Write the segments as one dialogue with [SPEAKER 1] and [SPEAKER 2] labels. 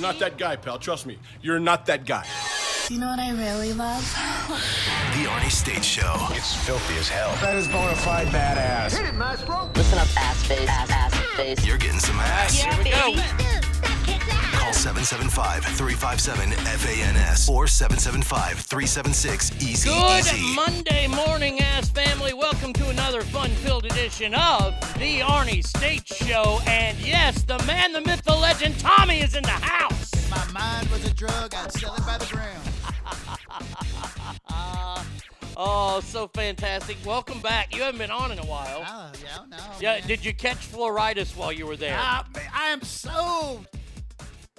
[SPEAKER 1] not that guy, pal. Trust me. You're not that guy.
[SPEAKER 2] You know what I really love?
[SPEAKER 3] The Arnie State Show. It's filthy as hell.
[SPEAKER 4] That is bona fide badass.
[SPEAKER 5] Listen up, ass face, ass, ass face.
[SPEAKER 3] You're getting some ass.
[SPEAKER 5] baby.
[SPEAKER 3] Call 775 357 FANS or 775 376 Easy.
[SPEAKER 6] Good
[SPEAKER 3] easy.
[SPEAKER 6] Monday morning, ass family. Welcome to another fun-filled edition of the Arnie State Show. And yes, the man, the myth, the legend, Tommy is in the house.
[SPEAKER 7] My mind was a drug, I'd sell it by the gram.
[SPEAKER 6] Oh, so fantastic! Welcome back. You haven't been on in a while.
[SPEAKER 7] Oh, yeah, no.
[SPEAKER 6] Yeah, did you catch fluoritis while you were there?
[SPEAKER 7] Ah, man, I am so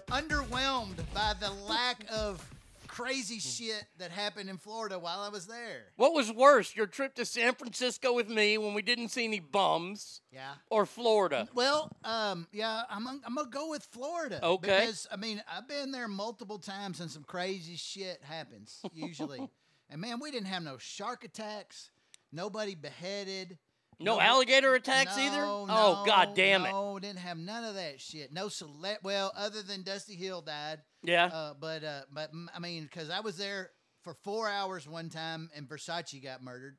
[SPEAKER 7] underwhelmed by the lack of crazy shit that happened in Florida while I was there.
[SPEAKER 6] What was worse, your trip to San Francisco with me when we didn't see any bums,
[SPEAKER 7] Yeah.
[SPEAKER 6] or Florida?
[SPEAKER 7] Well, um, yeah, I'm, I'm gonna go with Florida.
[SPEAKER 6] Okay.
[SPEAKER 7] Because I mean, I've been there multiple times and some crazy shit happens usually. and man, we didn't have no shark attacks, nobody beheaded.
[SPEAKER 6] No
[SPEAKER 7] no-
[SPEAKER 6] alligator attacks either.
[SPEAKER 7] No,
[SPEAKER 6] oh
[SPEAKER 7] no,
[SPEAKER 6] God damn it!
[SPEAKER 7] No, didn't have none of that shit. No celeb. Well, other than Dusty Hill died.
[SPEAKER 6] Yeah.
[SPEAKER 7] Uh, but uh, but mm, I mean, because I was there for four hours one time, and Versace got murdered.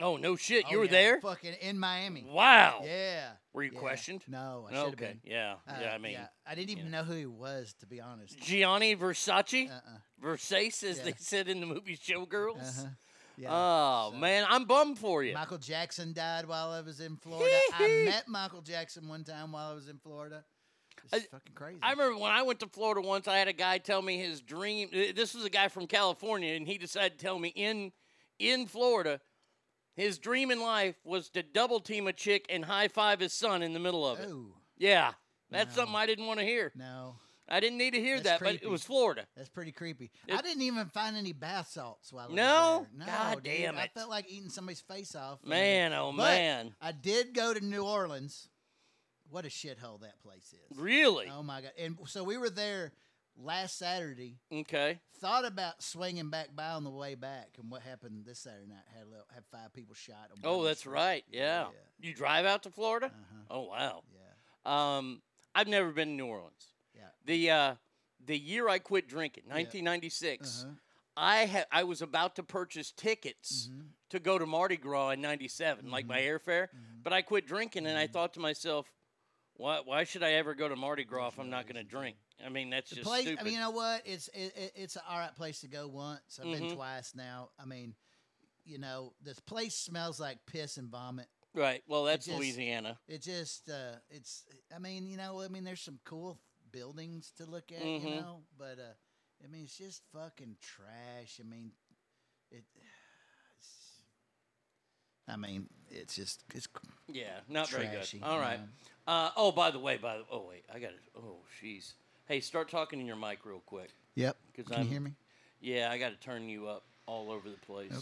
[SPEAKER 6] oh no shit! you
[SPEAKER 7] Oh,
[SPEAKER 6] were
[SPEAKER 7] yeah,
[SPEAKER 6] there?
[SPEAKER 7] Fucking in Miami.
[SPEAKER 6] Wow.
[SPEAKER 7] Yeah.
[SPEAKER 6] Were you
[SPEAKER 7] yeah.
[SPEAKER 6] questioned?
[SPEAKER 7] No, I should have
[SPEAKER 6] Okay.
[SPEAKER 7] been.
[SPEAKER 6] Yeah.
[SPEAKER 7] Uh,
[SPEAKER 6] yeah. I mean,
[SPEAKER 7] I didn't even know who he was, to be honest.
[SPEAKER 6] Gianni Versace,
[SPEAKER 7] Uh-uh.
[SPEAKER 6] Versace, as
[SPEAKER 7] Yeah.
[SPEAKER 6] they said in the movie Showgirls.
[SPEAKER 7] Uh-huh. Yeah.
[SPEAKER 6] Oh man, I'm bummed for you.
[SPEAKER 7] Michael Jackson died while I was in Florida. I met Michael Jackson one time while I was in Florida. It's fucking crazy.
[SPEAKER 6] I remember when I went to Florida once, I had a guy tell me his dream. uh, This was a guy from California, and he decided to tell me in in Florida, his dream in life was to double team a chick and high five his son in the middle of it.
[SPEAKER 7] Oh,
[SPEAKER 6] Yeah, that's
[SPEAKER 7] No.
[SPEAKER 6] something I didn't want to hear.
[SPEAKER 7] no.
[SPEAKER 6] I didn't need to hear that,
[SPEAKER 7] That's
[SPEAKER 6] but it
[SPEAKER 7] creepy.
[SPEAKER 6] was Florida.
[SPEAKER 7] That's pretty creepy.
[SPEAKER 6] It-
[SPEAKER 7] I didn't even find any bath salts while I was
[SPEAKER 6] No?
[SPEAKER 7] there. No,
[SPEAKER 6] God
[SPEAKER 7] dude,
[SPEAKER 6] damn
[SPEAKER 7] I
[SPEAKER 6] it.
[SPEAKER 7] felt like eating somebody's face off. and-
[SPEAKER 6] Man, oh
[SPEAKER 7] but
[SPEAKER 6] man,
[SPEAKER 7] I did go to New Orleans. What a shithole that place is.
[SPEAKER 6] really?
[SPEAKER 7] Oh my god! And so we were there last Saturday.
[SPEAKER 6] Okay.
[SPEAKER 7] Thought about swinging back by on the way back, and what happened this Saturday night? Had a little, had five people shot. on
[SPEAKER 6] Oh,
[SPEAKER 7] Bourbon
[SPEAKER 6] that's
[SPEAKER 7] Street.
[SPEAKER 6] right. Yeah.
[SPEAKER 7] Yeah.
[SPEAKER 6] You drive out to Florida?
[SPEAKER 7] Uh-huh.
[SPEAKER 6] Oh wow.
[SPEAKER 7] Yeah.
[SPEAKER 6] Um, I've never been to New Orleans.
[SPEAKER 7] Yeah.
[SPEAKER 6] The uh, the year I quit drinking, 1996,
[SPEAKER 7] Uh-huh.
[SPEAKER 6] I had I was about to purchase tickets
[SPEAKER 7] Mm-hmm.
[SPEAKER 6] to go to Mardi Gras in '97, like my airfare,
[SPEAKER 7] Mm-hmm.
[SPEAKER 6] but I quit drinking, and I thought to myself, why why should I ever go to Mardi Gras if I'm not going to drink? I mean, that's
[SPEAKER 7] The
[SPEAKER 6] just
[SPEAKER 7] place.
[SPEAKER 6] stupid.
[SPEAKER 7] I mean, you know what? It's it, it, it's an all right place to go once. I've
[SPEAKER 6] Mm-hmm.
[SPEAKER 7] been twice now. I mean, you know, this place smells like piss and vomit.
[SPEAKER 6] right? Well, that's
[SPEAKER 7] just-
[SPEAKER 6] Louisiana.
[SPEAKER 7] It just uh, it's. I mean, you know, I mean, there's some cool buildings to look at, you
[SPEAKER 6] Mhm.
[SPEAKER 7] know, but uh, I mean, it's just fucking trash. I mean, it. It's, I mean, it's just it's
[SPEAKER 6] Yeah, not
[SPEAKER 7] Trashy,
[SPEAKER 6] very good. All right. Uh, oh, by the way, by the oh wait, I got it. Oh, jeez. Hey, start talking in your mic real quick.
[SPEAKER 7] yep.
[SPEAKER 6] Because
[SPEAKER 7] Can
[SPEAKER 6] I'm-
[SPEAKER 7] you hear me?
[SPEAKER 6] Yeah, I got to turn you up all over the place.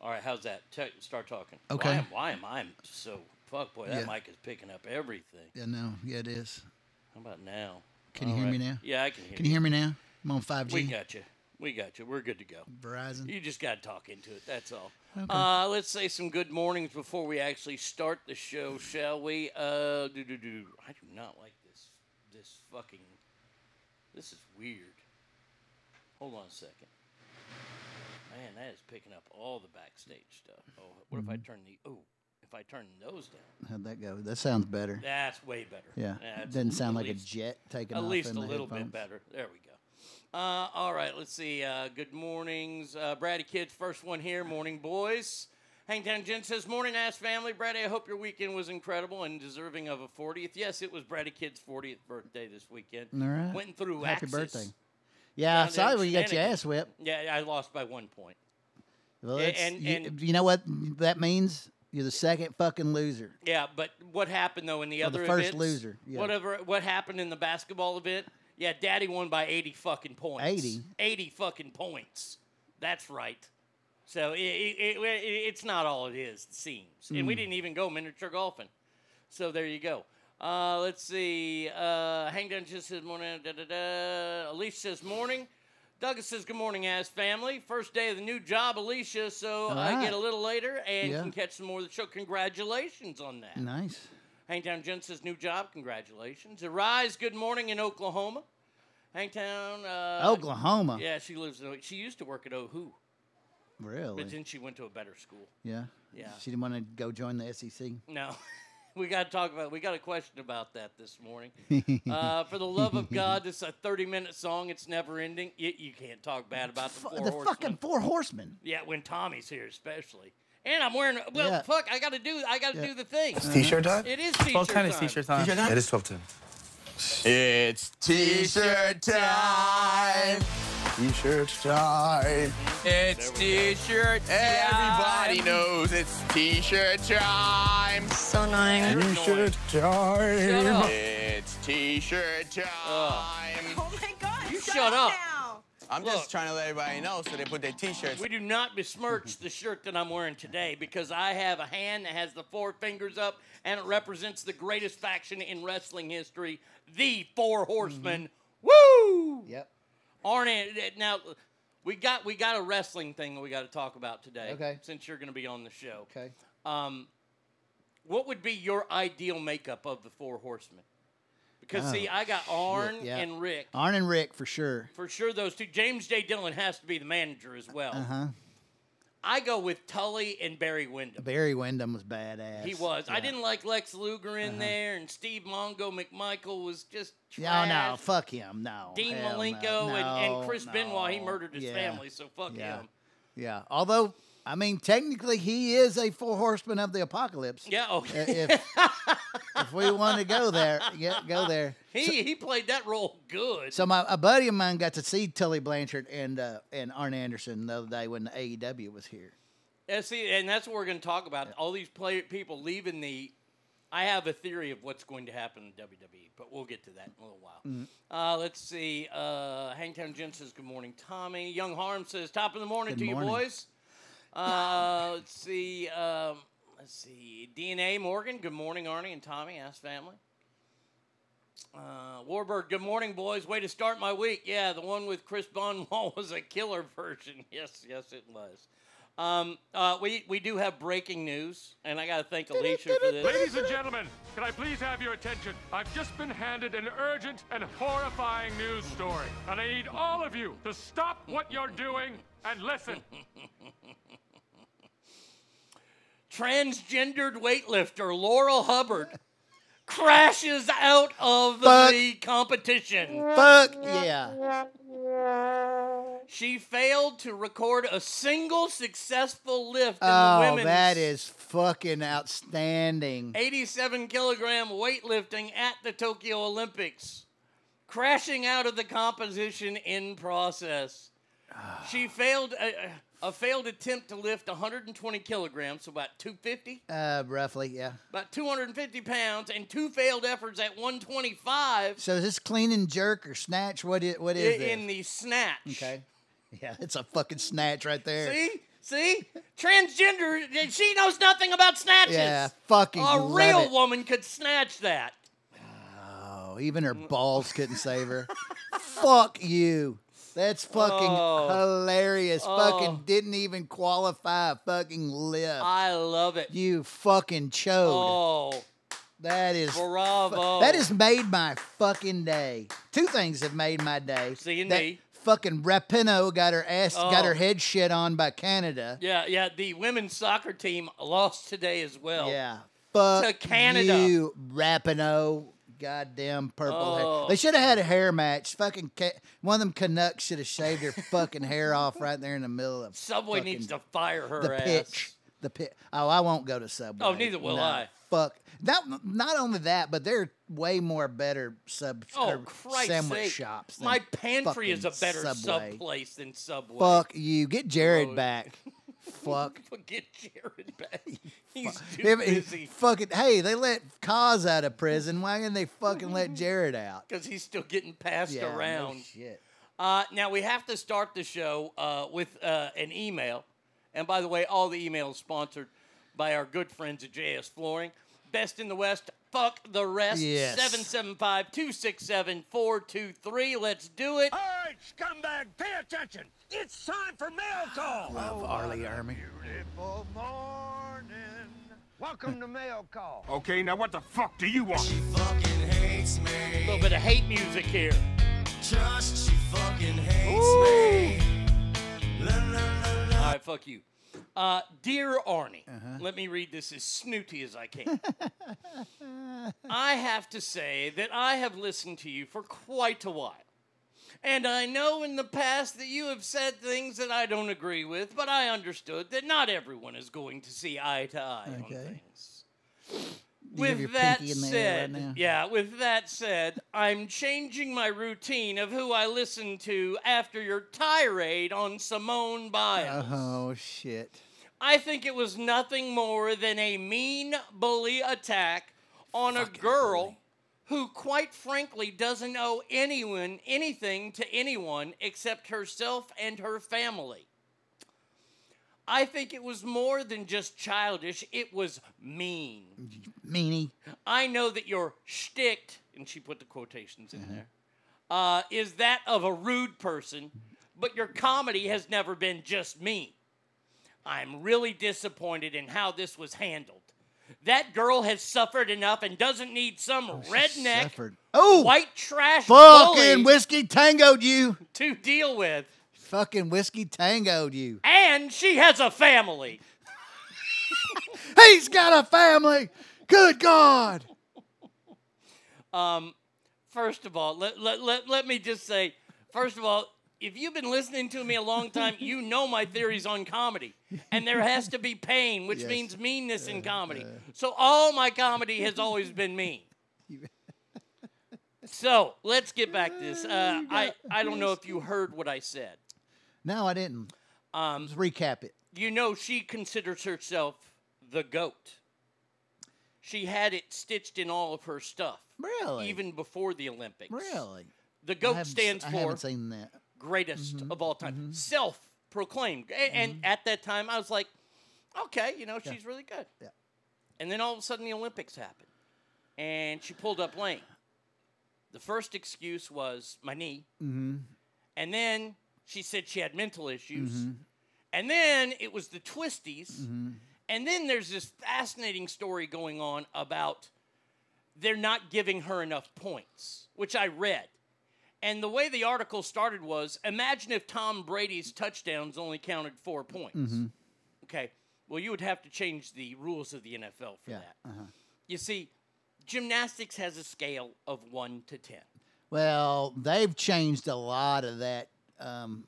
[SPEAKER 6] All right, how's that? Te- start talking. Why
[SPEAKER 7] Okay.
[SPEAKER 6] am, why am I so fuck boy? That
[SPEAKER 7] Yeah.
[SPEAKER 6] mic is picking up everything.
[SPEAKER 7] Yeah, no, yeah, it is.
[SPEAKER 6] How about now?
[SPEAKER 7] Can you hear me now?
[SPEAKER 6] Yeah, I can hear.
[SPEAKER 7] Can you hear me now? I'm on five
[SPEAKER 6] We
[SPEAKER 7] G.
[SPEAKER 6] got you. We got you. We're good to go.
[SPEAKER 7] Verizon.
[SPEAKER 6] You just got to talk into it. That's all. Uh, let's say some good mornings before we actually start the show, shall we? Uh, do do do. I do not like this. This fucking. This is weird. Hold on a second. Man, that is picking up all the backstage stuff. Oh, what
[SPEAKER 7] Mm-hmm.
[SPEAKER 6] if I turn the? Oh, if I turn those down,
[SPEAKER 7] How'd that go? That sounds better.
[SPEAKER 6] that's way better.
[SPEAKER 7] Yeah.
[SPEAKER 6] That's
[SPEAKER 7] Doesn't
[SPEAKER 6] at
[SPEAKER 7] sound like
[SPEAKER 6] least-
[SPEAKER 7] a jet taking
[SPEAKER 6] at
[SPEAKER 7] off
[SPEAKER 6] least
[SPEAKER 7] in
[SPEAKER 6] a
[SPEAKER 7] the
[SPEAKER 6] little bit
[SPEAKER 7] headphones.
[SPEAKER 6] better. There we go. Uh, all right, let's see. Uh, good mornings, uh, Bratty kids. First one here. Morning, boys. Hangtown Jen says, "Morning, ass family. Bratty, I hope your weekend was incredible and deserving of a 40th. Yes, it was Bratty Kid's 40th birthday this weekend.
[SPEAKER 7] All right.
[SPEAKER 6] Went through
[SPEAKER 7] Happy
[SPEAKER 6] Axis.
[SPEAKER 7] birthday. Yeah,
[SPEAKER 6] Down
[SPEAKER 7] I
[SPEAKER 6] there
[SPEAKER 7] saw
[SPEAKER 6] in
[SPEAKER 7] you when you got your
[SPEAKER 6] Shenanigan.
[SPEAKER 7] ass whipped.
[SPEAKER 6] Yeah, I lost by one point.
[SPEAKER 7] Well,
[SPEAKER 6] Yeah,
[SPEAKER 7] it's,
[SPEAKER 6] and-
[SPEAKER 7] you,
[SPEAKER 6] and-
[SPEAKER 7] you know what that means? You're the second fucking loser.
[SPEAKER 6] Yeah, but what happened though in the
[SPEAKER 7] Well, the
[SPEAKER 6] other
[SPEAKER 7] first
[SPEAKER 6] events?
[SPEAKER 7] loser, yeah.
[SPEAKER 6] Whatever. What happened in the basketball event? Yeah, Daddy won by eighty fucking points.
[SPEAKER 7] 80?
[SPEAKER 6] Eighty fucking points. That's right. So it, it, it, it's not all it is. It seems, and we
[SPEAKER 7] Hmm.
[SPEAKER 6] didn't even go miniature golfing. So there you go. Uh, let's see. Uh, Hang down just says morning. Da, da, da. Alicia says morning. Douglas says good morning, ass family. First day of the new job, Alicia. So I
[SPEAKER 7] right.
[SPEAKER 6] get a little later and
[SPEAKER 7] Yeah.
[SPEAKER 6] can catch some more of the show. Congratulations on that.
[SPEAKER 7] Nice.
[SPEAKER 6] Hangtown Jen says new job. Congratulations. Arise. Good morning in Oklahoma. Hangtown. Uh,
[SPEAKER 7] Oklahoma.
[SPEAKER 6] Yeah, she lives in. She used to work at OHU, but
[SPEAKER 7] Really?
[SPEAKER 6] then she went to a better school.
[SPEAKER 7] Yeah.
[SPEAKER 6] Yeah.
[SPEAKER 7] She didn't want to go join the E SEC.
[SPEAKER 6] No. We got to talk about. We got a question about that this morning. Uh, for the love of God, this is a thirty-minute song. It's never ending. You, you can't talk bad about the
[SPEAKER 7] Fu-
[SPEAKER 6] four
[SPEAKER 7] Uh, the
[SPEAKER 6] horsemen.
[SPEAKER 7] fucking four horsemen.
[SPEAKER 6] Yeah, when Tommy's here, especially. And I'm wearing. Well,
[SPEAKER 7] Yeah.
[SPEAKER 6] fuck! I got to do. I got to do the thing.
[SPEAKER 3] T-shirt time?
[SPEAKER 6] It is t-shirt
[SPEAKER 8] What kind
[SPEAKER 6] time.
[SPEAKER 8] of t-shirts on?
[SPEAKER 3] It is 12 10. It's t-shirt time. T-shirt time.
[SPEAKER 8] It's t-shirt.
[SPEAKER 3] Everybody knows it's t-shirt time.
[SPEAKER 2] So annoying.
[SPEAKER 6] You're annoying.
[SPEAKER 3] time.
[SPEAKER 6] Shut up.
[SPEAKER 3] It's t-shirt time.
[SPEAKER 9] Oh my God!
[SPEAKER 6] You shut up.
[SPEAKER 9] Now.
[SPEAKER 10] I'm
[SPEAKER 6] Look.
[SPEAKER 10] just trying to let everybody know so they put their t-shirts.
[SPEAKER 6] We do not besmirch the shirt that I'm wearing today because I have a hand that has the four fingers up and it represents the greatest faction in wrestling history, the Four Horsemen. Woo!
[SPEAKER 7] Yep.
[SPEAKER 6] Arne, now we got we got a wrestling thing that we got to talk about today.
[SPEAKER 7] Okay.
[SPEAKER 6] Since you're going to be on the show,
[SPEAKER 7] Okay.
[SPEAKER 6] um, what would be your ideal makeup of the Four Horsemen? Because
[SPEAKER 7] Oh,
[SPEAKER 6] see, I got Arn
[SPEAKER 7] yeah.
[SPEAKER 6] and Rick.
[SPEAKER 7] Arn and Rick for sure.
[SPEAKER 6] For sure, those two. James J. Dillon has to be the manager as well.
[SPEAKER 7] Uh huh.
[SPEAKER 6] I go with Tully and Barry Windham.
[SPEAKER 7] Barry Windham was badass.
[SPEAKER 6] He was. I
[SPEAKER 7] Yeah. Uh-huh.
[SPEAKER 6] didn't like Lex Luger in there, and Steve Mongo McMichael was just
[SPEAKER 7] oh, No,
[SPEAKER 6] trash.
[SPEAKER 7] no, fuck him. No.
[SPEAKER 6] Dean
[SPEAKER 7] Hell no.
[SPEAKER 6] Malenko and,
[SPEAKER 7] No,
[SPEAKER 6] and Chris Benoit, he
[SPEAKER 7] no.
[SPEAKER 6] murdered his
[SPEAKER 7] Yeah.
[SPEAKER 6] family, so fuck
[SPEAKER 7] Yeah.
[SPEAKER 6] him.
[SPEAKER 7] Yeah. Although, I mean, technically, he is a four horseman of the apocalypse.
[SPEAKER 6] Yeah,
[SPEAKER 7] I-
[SPEAKER 6] okay.
[SPEAKER 7] If, if we want to go there, yeah, go there.
[SPEAKER 6] He, he played that role good.
[SPEAKER 7] So my a buddy of mine got to see Tully Blanchard and uh, and Arn Anderson the other day when the AEW was here.
[SPEAKER 6] Yeah, see, and that's what we're going to talk about. All these play- people leaving the. I have a theory of what's going to happen in WWE, but we'll get to that in a little while.
[SPEAKER 7] Mm-hmm.
[SPEAKER 6] Uh, let's see. Uh, Hangtown Jen says, Good morning, Tommy. Young Harm says, Top of the morning
[SPEAKER 7] Good
[SPEAKER 6] to
[SPEAKER 7] morning.
[SPEAKER 6] you, boys. Uh, let's see. Um, let's see. DNA Morgan, Good morning, Arnie and Tommy. Ask family. Uh, Warbird, good morning, boys. Way to start my week. Yeah, the one with Chris Bonwall was a killer version. Yes, yes, it was. Um, uh, we, we do have breaking news, and I got to thank Alicia for this.
[SPEAKER 11] Ladies and gentlemen, can I please have your attention? I've just been handed an urgent and horrifying news story, and I need all of you to stop what you're doing and listen.
[SPEAKER 6] Transgendered weightlifter Laurel Hubbard crashes out of
[SPEAKER 7] Fuck.
[SPEAKER 6] the competition.
[SPEAKER 7] Fuck yeah.
[SPEAKER 6] She failed to record a single successful lift in the
[SPEAKER 7] Oh,
[SPEAKER 6] women's
[SPEAKER 7] that is fucking outstanding.
[SPEAKER 6] 87 kilogram weightlifting at the Tokyo Olympics, crashing out of the composition in process.
[SPEAKER 7] Ah.
[SPEAKER 6] She failed a, a failed attempt to lift 120 kilograms, so about 250,
[SPEAKER 7] Uh, roughly, yeah.
[SPEAKER 6] about 250 pounds, and two failed efforts at 125
[SPEAKER 7] So is this clean and jerk or snatch? What is what
[SPEAKER 6] i-
[SPEAKER 7] is this?
[SPEAKER 6] in the snatch.
[SPEAKER 7] okay. Yeah, it's a fucking snatch right there.
[SPEAKER 6] See, see, transgender. She knows nothing about snatches.
[SPEAKER 7] Yeah, fucking
[SPEAKER 6] a
[SPEAKER 7] love
[SPEAKER 6] real
[SPEAKER 7] it.
[SPEAKER 6] woman could snatch that.
[SPEAKER 7] Oh, even her
[SPEAKER 6] Mm.
[SPEAKER 7] balls couldn't save her. Fuck you. That's fucking
[SPEAKER 6] Oh.
[SPEAKER 7] hilarious.
[SPEAKER 6] Oh.
[SPEAKER 7] Fucking didn't even qualify. Fucking lift.
[SPEAKER 6] I love it.
[SPEAKER 7] you fucking chode.
[SPEAKER 6] Oh.
[SPEAKER 7] That is fu-
[SPEAKER 6] Bravo.
[SPEAKER 7] that has made my fucking day. Two things have made my day.
[SPEAKER 6] Seeing
[SPEAKER 7] That
[SPEAKER 6] me.
[SPEAKER 7] Fucking Rapinoe got her ass, got
[SPEAKER 6] Oh.
[SPEAKER 7] her head shit on by Canada.
[SPEAKER 6] Yeah, yeah. The women's soccer team lost today as well.
[SPEAKER 7] Yeah. Fuck
[SPEAKER 6] Oh, To Canada.
[SPEAKER 7] you, Rapinoe. Goddamn purple
[SPEAKER 6] Oh.
[SPEAKER 7] hair. They should have had a hair match. Fucking ca- one of them Canucks should have shaved her fucking hair off right there in the middle of
[SPEAKER 6] Subway
[SPEAKER 7] fucking
[SPEAKER 6] needs to fire her
[SPEAKER 7] the
[SPEAKER 6] ass.
[SPEAKER 7] pitch. The pit. Oh, I won't go to Subway.
[SPEAKER 6] Oh, neither will
[SPEAKER 7] No,
[SPEAKER 6] I.
[SPEAKER 7] Fuck. Not not only that, but there are way more better sub
[SPEAKER 6] Oh,
[SPEAKER 7] or
[SPEAKER 6] Christ
[SPEAKER 7] sandwich
[SPEAKER 6] sake.
[SPEAKER 7] shops. than
[SPEAKER 6] My pantry is a
[SPEAKER 7] fucking
[SPEAKER 6] better Oh.
[SPEAKER 7] Subway.
[SPEAKER 6] sub place than Subway.
[SPEAKER 7] Fuck you. Get Jared
[SPEAKER 6] Gross.
[SPEAKER 7] back. Fuck.
[SPEAKER 6] Forget Jared back. He's too
[SPEAKER 7] If- if-
[SPEAKER 6] busy
[SPEAKER 7] fucking hey, they let Cause out of prison. Why didn't they fucking let Jared out?
[SPEAKER 6] because he's still getting passed
[SPEAKER 7] Yeah, no
[SPEAKER 6] around.
[SPEAKER 7] shit.
[SPEAKER 6] Uh, now we have to start the show uh, with uh, an email, and by the way, all the emails sponsored by our good friends at JS Flooring, best in the West. Fuck the rest.
[SPEAKER 7] Yes.
[SPEAKER 6] 775-267-423. Let's do it.
[SPEAKER 11] All right, scumbag, pay attention. It's time for mail call.
[SPEAKER 7] Love Arlie Army.
[SPEAKER 11] Beautiful morning.
[SPEAKER 12] Welcome to Mail Call.
[SPEAKER 13] Okay, now what the fuck do you want? She
[SPEAKER 6] fucking hates me. A little bit of hate music here.
[SPEAKER 13] Trust, she fucking hates
[SPEAKER 6] me. All right, fuck you. Uh, dear Arnie,
[SPEAKER 7] Uh-huh.
[SPEAKER 6] let me read this as snooty as I can. I have to say that I have listened to you for quite a while. And I know in the past that you have said things that I don't agree with, but I understood that not everyone is going to see eye to eye on
[SPEAKER 7] Okay. Do you have your
[SPEAKER 6] with that
[SPEAKER 7] pinky in the air right
[SPEAKER 6] said,
[SPEAKER 7] now?
[SPEAKER 6] yeah, with that said, I'm changing my routine of who I listen to after your tirade on Simone Biles.
[SPEAKER 7] Oh shit.
[SPEAKER 6] I think it was nothing more than a mean bully attack on a girl who quite frankly doesn't owe anyone anything to anyone except herself and her family. I think it was more than just childish, it was mean.
[SPEAKER 7] Meanie.
[SPEAKER 6] I know that your shticked, and she put the quotations
[SPEAKER 7] Uh-huh.
[SPEAKER 6] in there, uh, is that of a rude person, but your comedy has never been just mean. I'm really disappointed in how this was handled. That girl has suffered enough and doesn't need some redneck,
[SPEAKER 7] Oh, Suffered. Oh,
[SPEAKER 6] white trash
[SPEAKER 7] Fucking
[SPEAKER 6] bully
[SPEAKER 7] whiskey tangoed you.
[SPEAKER 6] to deal with,
[SPEAKER 7] Fucking whiskey tangoed you.
[SPEAKER 6] and she has a family.
[SPEAKER 7] He's got a family. Good God.
[SPEAKER 6] Um, first of all, let, let, let, let me just say, first of all, if you've been listening to me a long time, you know my theories on comedy. And there has to be pain, which
[SPEAKER 7] Yes. Uh,
[SPEAKER 6] means meanness in comedy. so all my comedy has always been mean. so let's get back to this. Uh, I, I don't know if you heard what I said.
[SPEAKER 7] No, I didn't.
[SPEAKER 6] Um,
[SPEAKER 7] Let's recap it.
[SPEAKER 6] you know, she considers herself the goat. She had it stitched in all of her stuff.
[SPEAKER 7] Really?
[SPEAKER 6] Even before the Olympics.
[SPEAKER 7] Really?
[SPEAKER 6] The
[SPEAKER 7] I
[SPEAKER 6] GOAT
[SPEAKER 7] haven't s-
[SPEAKER 6] stands
[SPEAKER 7] I
[SPEAKER 6] for
[SPEAKER 7] haven't seen that.
[SPEAKER 6] greatest
[SPEAKER 7] Mm-hmm.
[SPEAKER 6] of all time, self proclaimed. And, at that time, I was like, okay, you know,
[SPEAKER 7] Yeah.
[SPEAKER 6] she's really good. And then all of a sudden, the Olympics happened, and she pulled up lame. The first excuse was my knee,
[SPEAKER 7] Mm-hmm.
[SPEAKER 6] and then she said she had mental issues,
[SPEAKER 7] Mhm.
[SPEAKER 6] and then it was the twisties.
[SPEAKER 7] Mm-hmm.
[SPEAKER 6] And then there's this fascinating story going on about they're not giving her enough points, which I read. And the way the article started was imagine if Tom Brady's touchdowns only counted four points.
[SPEAKER 7] Mm-hmm.
[SPEAKER 6] Okay. Well, you would have to change the rules of the NFL for
[SPEAKER 7] Yeah.
[SPEAKER 6] that.
[SPEAKER 7] Uh-huh.
[SPEAKER 6] You see, gymnastics has a scale of one to 10.
[SPEAKER 7] Well, they've changed a lot of that um,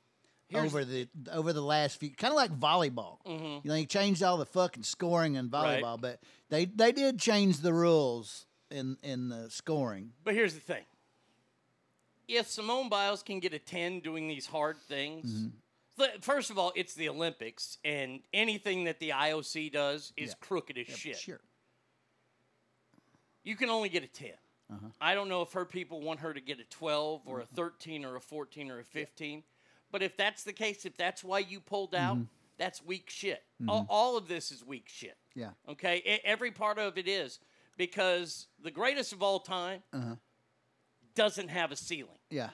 [SPEAKER 6] Here's-
[SPEAKER 7] over the over the last few, kind of like volleyball.
[SPEAKER 6] Mhm.
[SPEAKER 7] You know, they changed all the fucking scoring in
[SPEAKER 6] Right.
[SPEAKER 7] volleyball, but they they did change the rules in in the scoring.
[SPEAKER 6] But here's the thing if Simone Biles can get a 10 doing these hard things,
[SPEAKER 7] Mm-hmm.
[SPEAKER 6] Th- First of all, it's the Olympics, and anything that the IOC does is crooked as shit.
[SPEAKER 7] Sure.
[SPEAKER 6] You can only get a 10. I don't know if her people want her to get a 12 or a 13 or a 14 or a 15. But if that's the case, if that's why you pulled out, that's weak shit. All,
[SPEAKER 7] Mhm.
[SPEAKER 6] all of this is weak shit.
[SPEAKER 7] Yeah.
[SPEAKER 6] Okay? E- every part of it is because the greatest of all time
[SPEAKER 7] Uh-huh.
[SPEAKER 6] doesn't have a ceiling.
[SPEAKER 7] Yeah.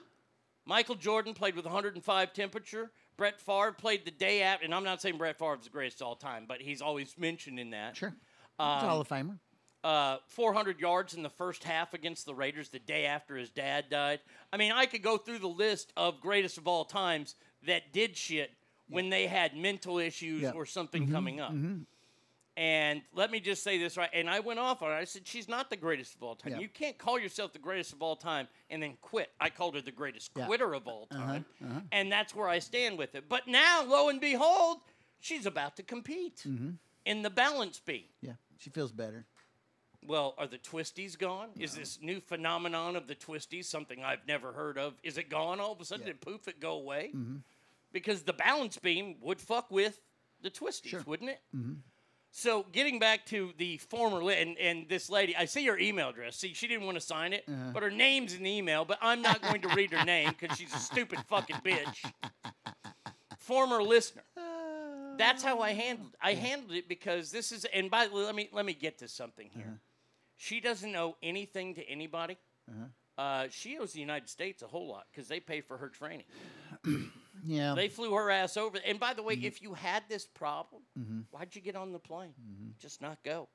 [SPEAKER 6] Michael Jordan played with 105 temperature. Brett Favre played the day after, and I'm not saying Brett Favre's the greatest of all time, but he's always mentioned in that.
[SPEAKER 7] Sure.
[SPEAKER 6] Um,
[SPEAKER 7] It's a Hall of Famer.
[SPEAKER 6] uh, 400 yards in the first half against the Raiders the day after his dad died. I mean, I could go through the list of greatest of all times that did shit when they had mental issues
[SPEAKER 7] Yeah.
[SPEAKER 6] or something
[SPEAKER 7] Mhm,
[SPEAKER 6] coming up.
[SPEAKER 7] mhm.
[SPEAKER 6] And let me just say this right. And I went off on her. I said, She's not the greatest of all time.
[SPEAKER 7] Yeah.
[SPEAKER 6] You can't call yourself the greatest of all time and then quit. I called her the greatest
[SPEAKER 7] Yeah.
[SPEAKER 6] quitter of all
[SPEAKER 7] Uh-huh,
[SPEAKER 6] time.
[SPEAKER 7] uh-huh.
[SPEAKER 6] And that's where I stand with it. But now, lo and behold, she's about to compete
[SPEAKER 7] Mm-hmm.
[SPEAKER 6] in the balance beam.
[SPEAKER 7] Yeah. She feels better.
[SPEAKER 6] Well, are the twisties gone? Is this new phenomenon of the twisties something I've never heard of? Is it gone all of a sudden? Did poof it go away?
[SPEAKER 7] Mm-hmm.
[SPEAKER 6] Because the balance beam would fuck with the twisties, wouldn't it?
[SPEAKER 7] Mm-hmm.
[SPEAKER 6] So getting back to the former li- and, and this lady, I see her email address. See, she didn't want to sign it,
[SPEAKER 7] Uh-huh.
[SPEAKER 6] but her name's in the email. But I'm not going to read her name because she's a stupid fucking bitch. Former listener. That's how I handled. I handled it because this is. And by the way, let me let me get to something here. She doesn't owe anything to anybody.
[SPEAKER 7] Uh-huh.
[SPEAKER 6] Uh, she owes the United States a whole lot because they pay for her training.
[SPEAKER 7] Yeah.
[SPEAKER 6] They flew her ass
[SPEAKER 7] Mm-hmm.
[SPEAKER 6] over. And by the way, if you had this problem,
[SPEAKER 7] Mhm. Mm-hmm.
[SPEAKER 6] why'd you get on the plane? Just not go.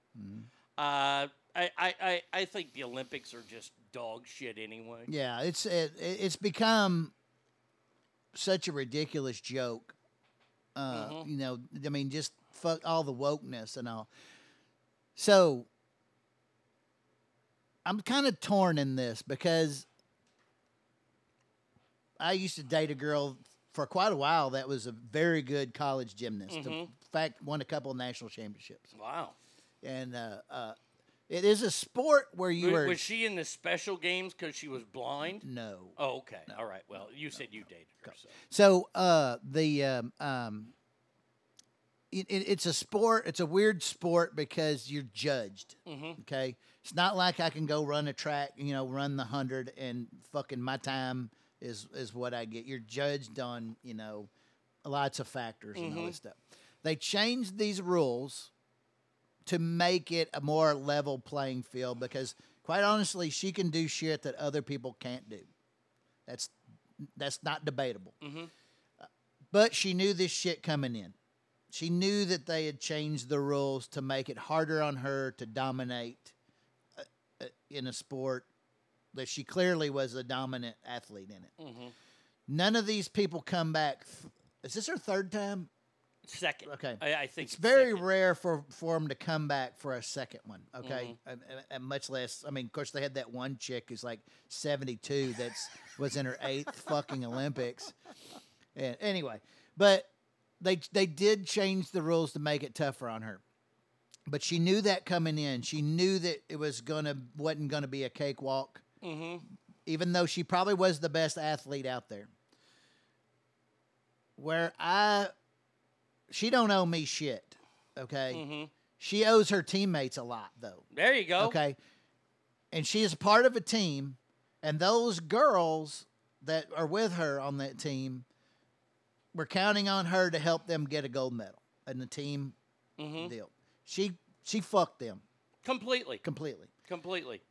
[SPEAKER 6] Uh, I, I, I, I think the Olympics are just dog shit anyway.
[SPEAKER 7] Yeah, it's it, it's become such a ridiculous joke. Uh,
[SPEAKER 6] Mhm.
[SPEAKER 7] You know, I mean, just fuck all the wokeness and all. So I'm kind of torn in this because I used to date a girl for quite a while that was a very good college gymnast. In
[SPEAKER 6] Mhm.
[SPEAKER 7] fact, won a couple of national championships.
[SPEAKER 6] Wow.
[SPEAKER 7] And uh, uh, it is a sport where you
[SPEAKER 6] Was,
[SPEAKER 7] are.
[SPEAKER 6] was she in the special games because she was blind?
[SPEAKER 7] No.
[SPEAKER 6] Oh, okay. All right. Well, you said you dated her. So.
[SPEAKER 7] So uh, the um, um, it, it, it's a sport. It's a weird sport because you're judged.
[SPEAKER 6] Mhm.
[SPEAKER 7] Okay, it's not like I can go run a track. You know, run the hundred and fucking my time is is what I get. You're judged on you know lots of factors and all
[SPEAKER 6] Mhm.
[SPEAKER 7] this stuff. They changed these rules to make it a more level playing field because quite honestly, she can do shit that other people can't do. That's that's not debatable.
[SPEAKER 6] Mm-hmm.
[SPEAKER 7] But she knew this shit coming in. She knew that they had changed the rules to make it harder on her to dominate uh, uh, in a sport that she clearly was a dominant athlete in it.
[SPEAKER 6] Mm-hmm.
[SPEAKER 7] None of these people come back. th- Is this her third time?
[SPEAKER 6] Second.
[SPEAKER 7] Okay.
[SPEAKER 6] I, I think
[SPEAKER 7] It's very rare for, for them to come back for a second one. Okay.
[SPEAKER 6] Mhm.
[SPEAKER 7] And, and- and much less, I mean, of course, they had that one chick who's like 72 that's was in her eighth fucking Olympics. And anyway, but they they did change the rules to make it tougher on her. But she knew that coming in. She knew that it was gonna wasn't gonna be a cakewalk,
[SPEAKER 6] Mm-hmm.
[SPEAKER 7] even though she probably was the best athlete out there. Where I she don't owe me shit. Okay.
[SPEAKER 6] Mm-hmm. Oh.
[SPEAKER 7] She owes her teammates a lot though.
[SPEAKER 6] There you go.
[SPEAKER 7] Okay. And she is part of a team, and those girls that are with her on that team were counting on her to help them get a gold medal in the team
[SPEAKER 6] Mhm.
[SPEAKER 7] deal. She she fucked them
[SPEAKER 6] Completely.
[SPEAKER 7] completely.
[SPEAKER 6] Completely.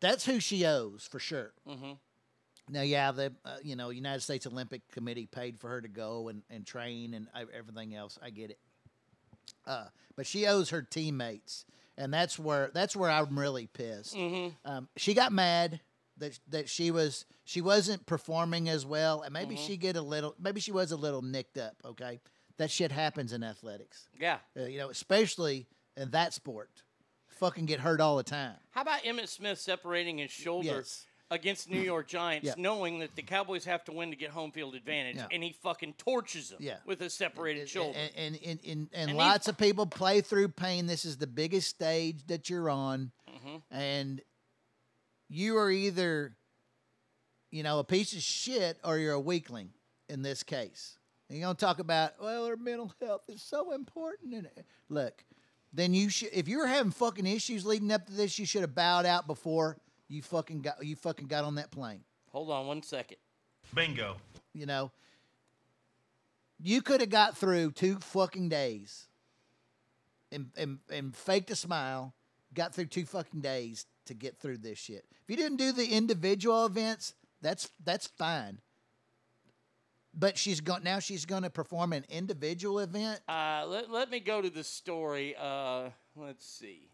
[SPEAKER 7] That's who she owes for sure.
[SPEAKER 6] Mm-hmm.
[SPEAKER 7] Now, yeah, the uh, you know United States Olympic Committee paid for her to go and, and train and ev- everything else. I get it, uh, but she owes her teammates, and that's where that's where I'm really pissed.
[SPEAKER 6] Mhm.
[SPEAKER 7] Um, she got mad that that she was she wasn't performing as well, and maybe
[SPEAKER 6] Mhm.
[SPEAKER 7] she get a little maybe she was a little nicked up. Okay, that shit happens in athletics,
[SPEAKER 6] Yeah.
[SPEAKER 7] uh, you know, especially in that sport. Fucking get hurt all the time.
[SPEAKER 6] How about Emmett Smith separating his shoulder
[SPEAKER 7] Yes.
[SPEAKER 6] against New York Giants,
[SPEAKER 7] Yeah.
[SPEAKER 6] knowing that the Cowboys have to win to get home field advantage,
[SPEAKER 7] Yeah.
[SPEAKER 6] and he fucking torches them
[SPEAKER 7] Yeah.
[SPEAKER 6] with a separated shoulder?
[SPEAKER 7] And and, and, and, and
[SPEAKER 6] And
[SPEAKER 7] lots of people play through pain. This is the biggest stage that you're on,
[SPEAKER 6] Mhm.
[SPEAKER 7] and you are either, you know, a piece of shit or you're a weakling. In this case, and you're gonna talk about well, our mental health is so important. And look, then you should if you were having fucking issues leading up to this, you should have bowed out before you fucking got you fucking got on that plane
[SPEAKER 6] Hold on one second.
[SPEAKER 13] Bingo.
[SPEAKER 7] you know you could have got through two fucking days and, and and faked a smile got through two fucking days to get through this shit if you didn't do the individual events that's that's fine but she's going now she's going to perform an individual event
[SPEAKER 6] Uh, let, let me go to the story. Uh, let's see.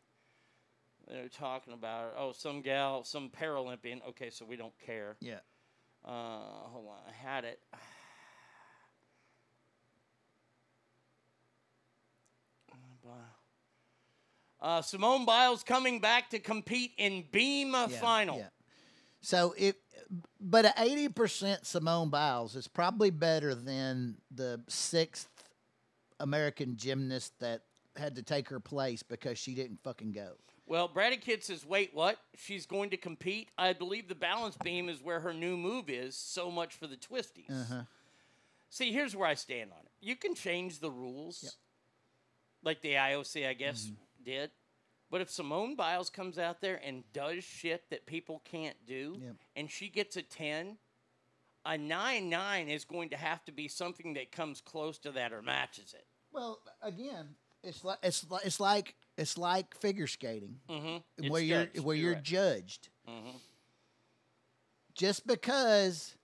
[SPEAKER 6] They're talking about oh some gal some Paralympian. Okay, so we don't care.
[SPEAKER 7] yeah
[SPEAKER 6] Uh, hold on, I had it. Uh, Simone Biles coming back to compete in beam
[SPEAKER 7] yeah,
[SPEAKER 6] final.
[SPEAKER 7] yeah. so it but a 80% simone biles is probably better than the sixth american gymnast that had to take her place because she didn't fucking go
[SPEAKER 6] Well, Brady Kid says, wait, what? She's going to compete? I believe the balance beam is where her new move is. So much for the twisties.
[SPEAKER 7] uh-huh.
[SPEAKER 6] See, here's where I stand on it. You can change the rules, like the IOC, I guess,
[SPEAKER 7] Mm-hmm.
[SPEAKER 6] did. But if Simone Biles comes out there and does shit that people can't do,
[SPEAKER 7] Yep.
[SPEAKER 6] and she gets a 10, a 9 9 is going to have to be something that comes close to that or matches it.
[SPEAKER 7] well again it's like it's like it's like it's like figure skating
[SPEAKER 6] Mm-hmm.
[SPEAKER 7] where you're where you're judged
[SPEAKER 6] Mhm.
[SPEAKER 7] just because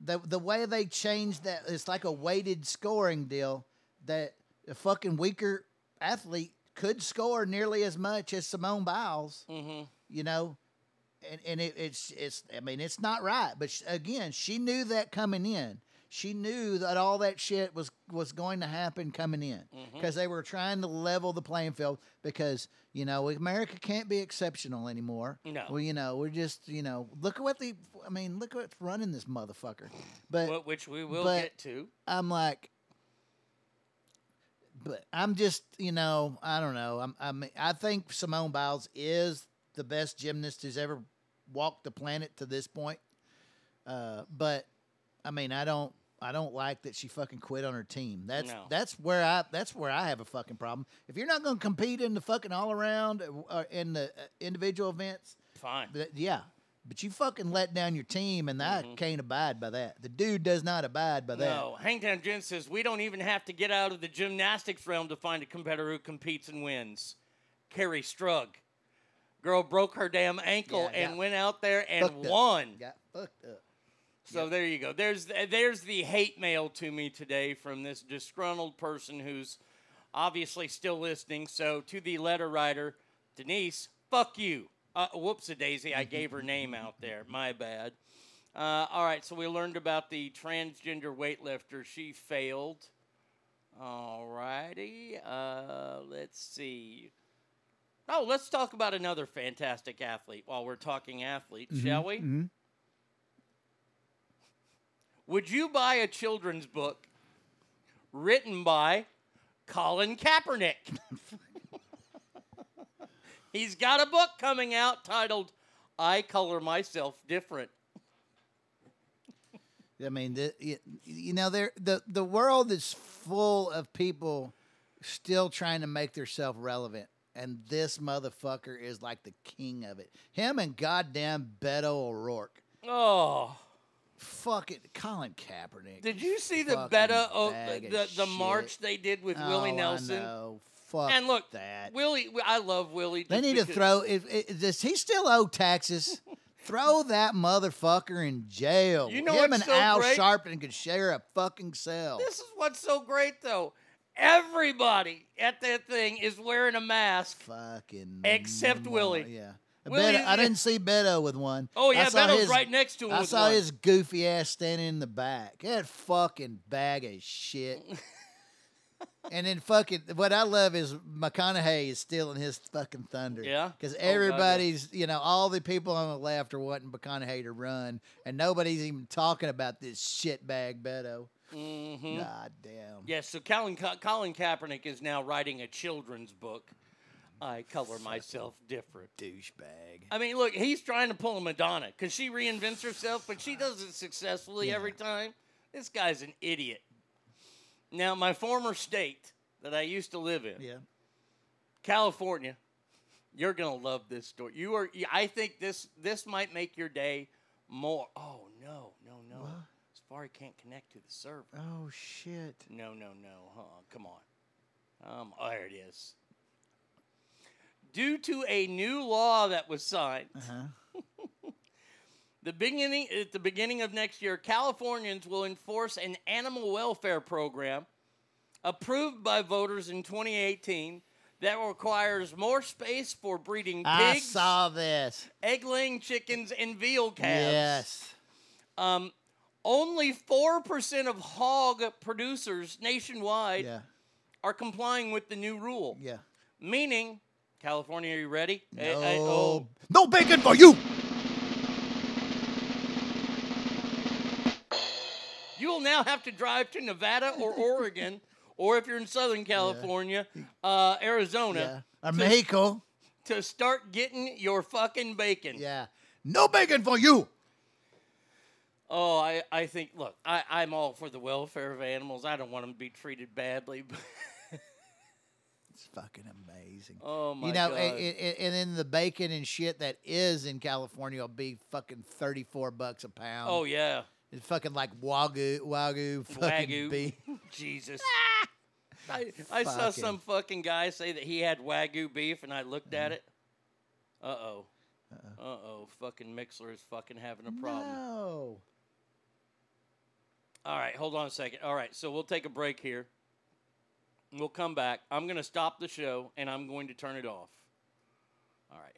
[SPEAKER 7] the the way they changed that it's like a weighted scoring deal that a fucking weaker athlete could score nearly as much as Simone Biles.
[SPEAKER 6] Mm-hmm.
[SPEAKER 7] You know, and and it, it's it's I mean it's not right. But sh again, she knew that coming in. She knew that all that shit was was going to happen coming in
[SPEAKER 6] Mhm.
[SPEAKER 7] because they were trying to level the playing field because you know America can't be exceptional anymore.
[SPEAKER 6] No.
[SPEAKER 7] well you know we're just you know look at what the I mean look what's running this motherfucker. But
[SPEAKER 6] Wh- which we will
[SPEAKER 7] Uh, but-
[SPEAKER 6] get to.
[SPEAKER 7] I'm like, but I'm just, you know, I don't know. I'm, I mean, I think Simone Biles is the best gymnast who's ever walked the planet to this point. Uh, but I mean, I don't, I don't like that she fucking quit on her team. That's
[SPEAKER 6] No.
[SPEAKER 7] that's where I that's where I have a fucking problem. If you're not going to compete in the fucking all around uh, in the uh, individual events,
[SPEAKER 6] Fine.
[SPEAKER 7] but, yeah. But you fucking let down your team, and I can't abide by that. The dude does not abide by that.
[SPEAKER 6] Mm-hmm. No, Hangtown Jim says we don't even have to get out of the gymnastics realm to find a competitor who competes and wins. Carrie Strug, girl broke her damn ankle
[SPEAKER 7] Yeah,
[SPEAKER 6] and
[SPEAKER 7] yeah.
[SPEAKER 6] went out there and
[SPEAKER 7] Fucked up.
[SPEAKER 6] won.
[SPEAKER 7] Got fucked up.
[SPEAKER 6] So there you go. There's uh, there's the hate mail to me today from this disgruntled person who's obviously still listening. So to the letter writer, Denise, fuck you. Uh, whoops, a daisy. I gave her name out there. My bad. Uh, all right. So we learned about the transgender weightlifter. She failed. All righty. Uh, let's see. Oh, let's talk about another fantastic athlete while we're talking athlete, shall we?
[SPEAKER 7] Mhm.
[SPEAKER 6] Would you buy a children's book written by Colin Kaepernick? He's got a book coming out titled I Color Myself Different.
[SPEAKER 7] I mean, the, y- you know, there the the world is full of people still trying to make themselves relevant, and this motherfucker is like the king of it. Him and goddamn Beto O'Rourke.
[SPEAKER 6] Oh.
[SPEAKER 7] Fuck it, Colin Kaepernick.
[SPEAKER 6] Did you see the
[SPEAKER 7] Fucking
[SPEAKER 6] Beta o-
[SPEAKER 7] bag of
[SPEAKER 6] the, the
[SPEAKER 7] shit.
[SPEAKER 6] march they did with Willie
[SPEAKER 7] Oh,
[SPEAKER 6] Nelson?
[SPEAKER 7] I know. Fuck
[SPEAKER 6] and look,
[SPEAKER 7] that.
[SPEAKER 6] Willie, I love Willie.
[SPEAKER 7] They
[SPEAKER 6] just
[SPEAKER 7] need to
[SPEAKER 6] because-
[SPEAKER 7] throw. Is, is, does he still owe taxes? throw that motherfucker in jail.
[SPEAKER 6] You know
[SPEAKER 7] him and
[SPEAKER 6] what's so
[SPEAKER 7] Al
[SPEAKER 6] great?
[SPEAKER 7] Sharpton could share a fucking cell.
[SPEAKER 6] This is what's so great, though. Everybody at that thing is wearing a mask
[SPEAKER 7] fucking
[SPEAKER 6] except Willie.
[SPEAKER 7] Yeah. I,
[SPEAKER 6] Willie-
[SPEAKER 7] bet, I didn't see Beto with one.
[SPEAKER 6] Oh,
[SPEAKER 7] I
[SPEAKER 6] yeah,
[SPEAKER 7] saw
[SPEAKER 6] Beto's right next to him
[SPEAKER 7] I
[SPEAKER 6] with
[SPEAKER 7] saw
[SPEAKER 6] one.
[SPEAKER 7] his goofy ass standing in the back. That fucking bag of shit. and then fucking what I love is McConaughey is stealing his fucking thunder.
[SPEAKER 6] Yeah?
[SPEAKER 7] because
[SPEAKER 6] Oh, God, yeah.
[SPEAKER 7] everybody's you know all the people on the left are wanting McConaughey to run, and nobody's even talking about this shit bag Beto.
[SPEAKER 6] Mhm.
[SPEAKER 7] God damn.
[SPEAKER 6] Yes, so Colin, Ka- Colin Kaepernick is now writing a children's book. I color myself different.
[SPEAKER 7] Douchebag.
[SPEAKER 6] I mean, look, he's trying to pull a Madonna because she reinvents herself, but she does it successfully every time. This guy's an idiot. Now, my former state that I used to live in,
[SPEAKER 7] Yeah.
[SPEAKER 6] California, you're gonna love this story. You are. I think this this might make your day more. Oh no, no, no!
[SPEAKER 7] What?
[SPEAKER 6] Safari can't connect to the server.
[SPEAKER 7] Oh shit.
[SPEAKER 6] No, no, no. Huh? Come on. Um, oh, there it is. Due to a new law that was signed,
[SPEAKER 7] Uh-huh.
[SPEAKER 6] the beginning at the beginning of next year, Californians will enforce an animal welfare program approved by voters in 2018 that requires more space for breeding
[SPEAKER 7] I
[SPEAKER 6] pigs,
[SPEAKER 7] saw this.
[SPEAKER 6] egg-laying chickens, and veal calves.
[SPEAKER 7] Yes.
[SPEAKER 6] Um, only four percent of hog producers nationwide
[SPEAKER 7] Yeah.
[SPEAKER 6] are complying with the new rule.
[SPEAKER 7] Yeah.
[SPEAKER 6] Meaning, California, are you ready?
[SPEAKER 7] No,
[SPEAKER 6] Eh, eh, oh,
[SPEAKER 7] no bacon for you.
[SPEAKER 6] You will now have to drive to Nevada or Oregon, or if you're in Southern California, uh,
[SPEAKER 7] Yeah.
[SPEAKER 6] Arizona,
[SPEAKER 7] Or Mexico.
[SPEAKER 6] to start getting your fucking bacon.
[SPEAKER 7] Yeah. No bacon for you.
[SPEAKER 6] Oh, I, I think, look, I, I'm all for the welfare of animals. I don't want them to be treated badly. But
[SPEAKER 7] It's fucking amazing.
[SPEAKER 6] oh, my
[SPEAKER 7] you know,
[SPEAKER 6] God.
[SPEAKER 7] a- a- a- and then the bacon and shit that is in California will be fucking thirty-four bucks a pound.
[SPEAKER 6] oh, yeah.
[SPEAKER 7] It's fucking like wagyu, wagyu, fucking
[SPEAKER 6] Wagyu.
[SPEAKER 7] beef.
[SPEAKER 6] Jesus. Ah! I, I saw
[SPEAKER 7] Fucking-
[SPEAKER 6] some fucking guy say that he had Wagyu beef, and I looked
[SPEAKER 7] Mm-hmm.
[SPEAKER 6] at it. Uh oh. Uh oh. Fucking Mixler is fucking having a problem.
[SPEAKER 7] No.
[SPEAKER 6] All right, hold on a second. All right, so we'll take a break here. We'll come back. I'm going to stop the show and I'm going to turn it off. All right,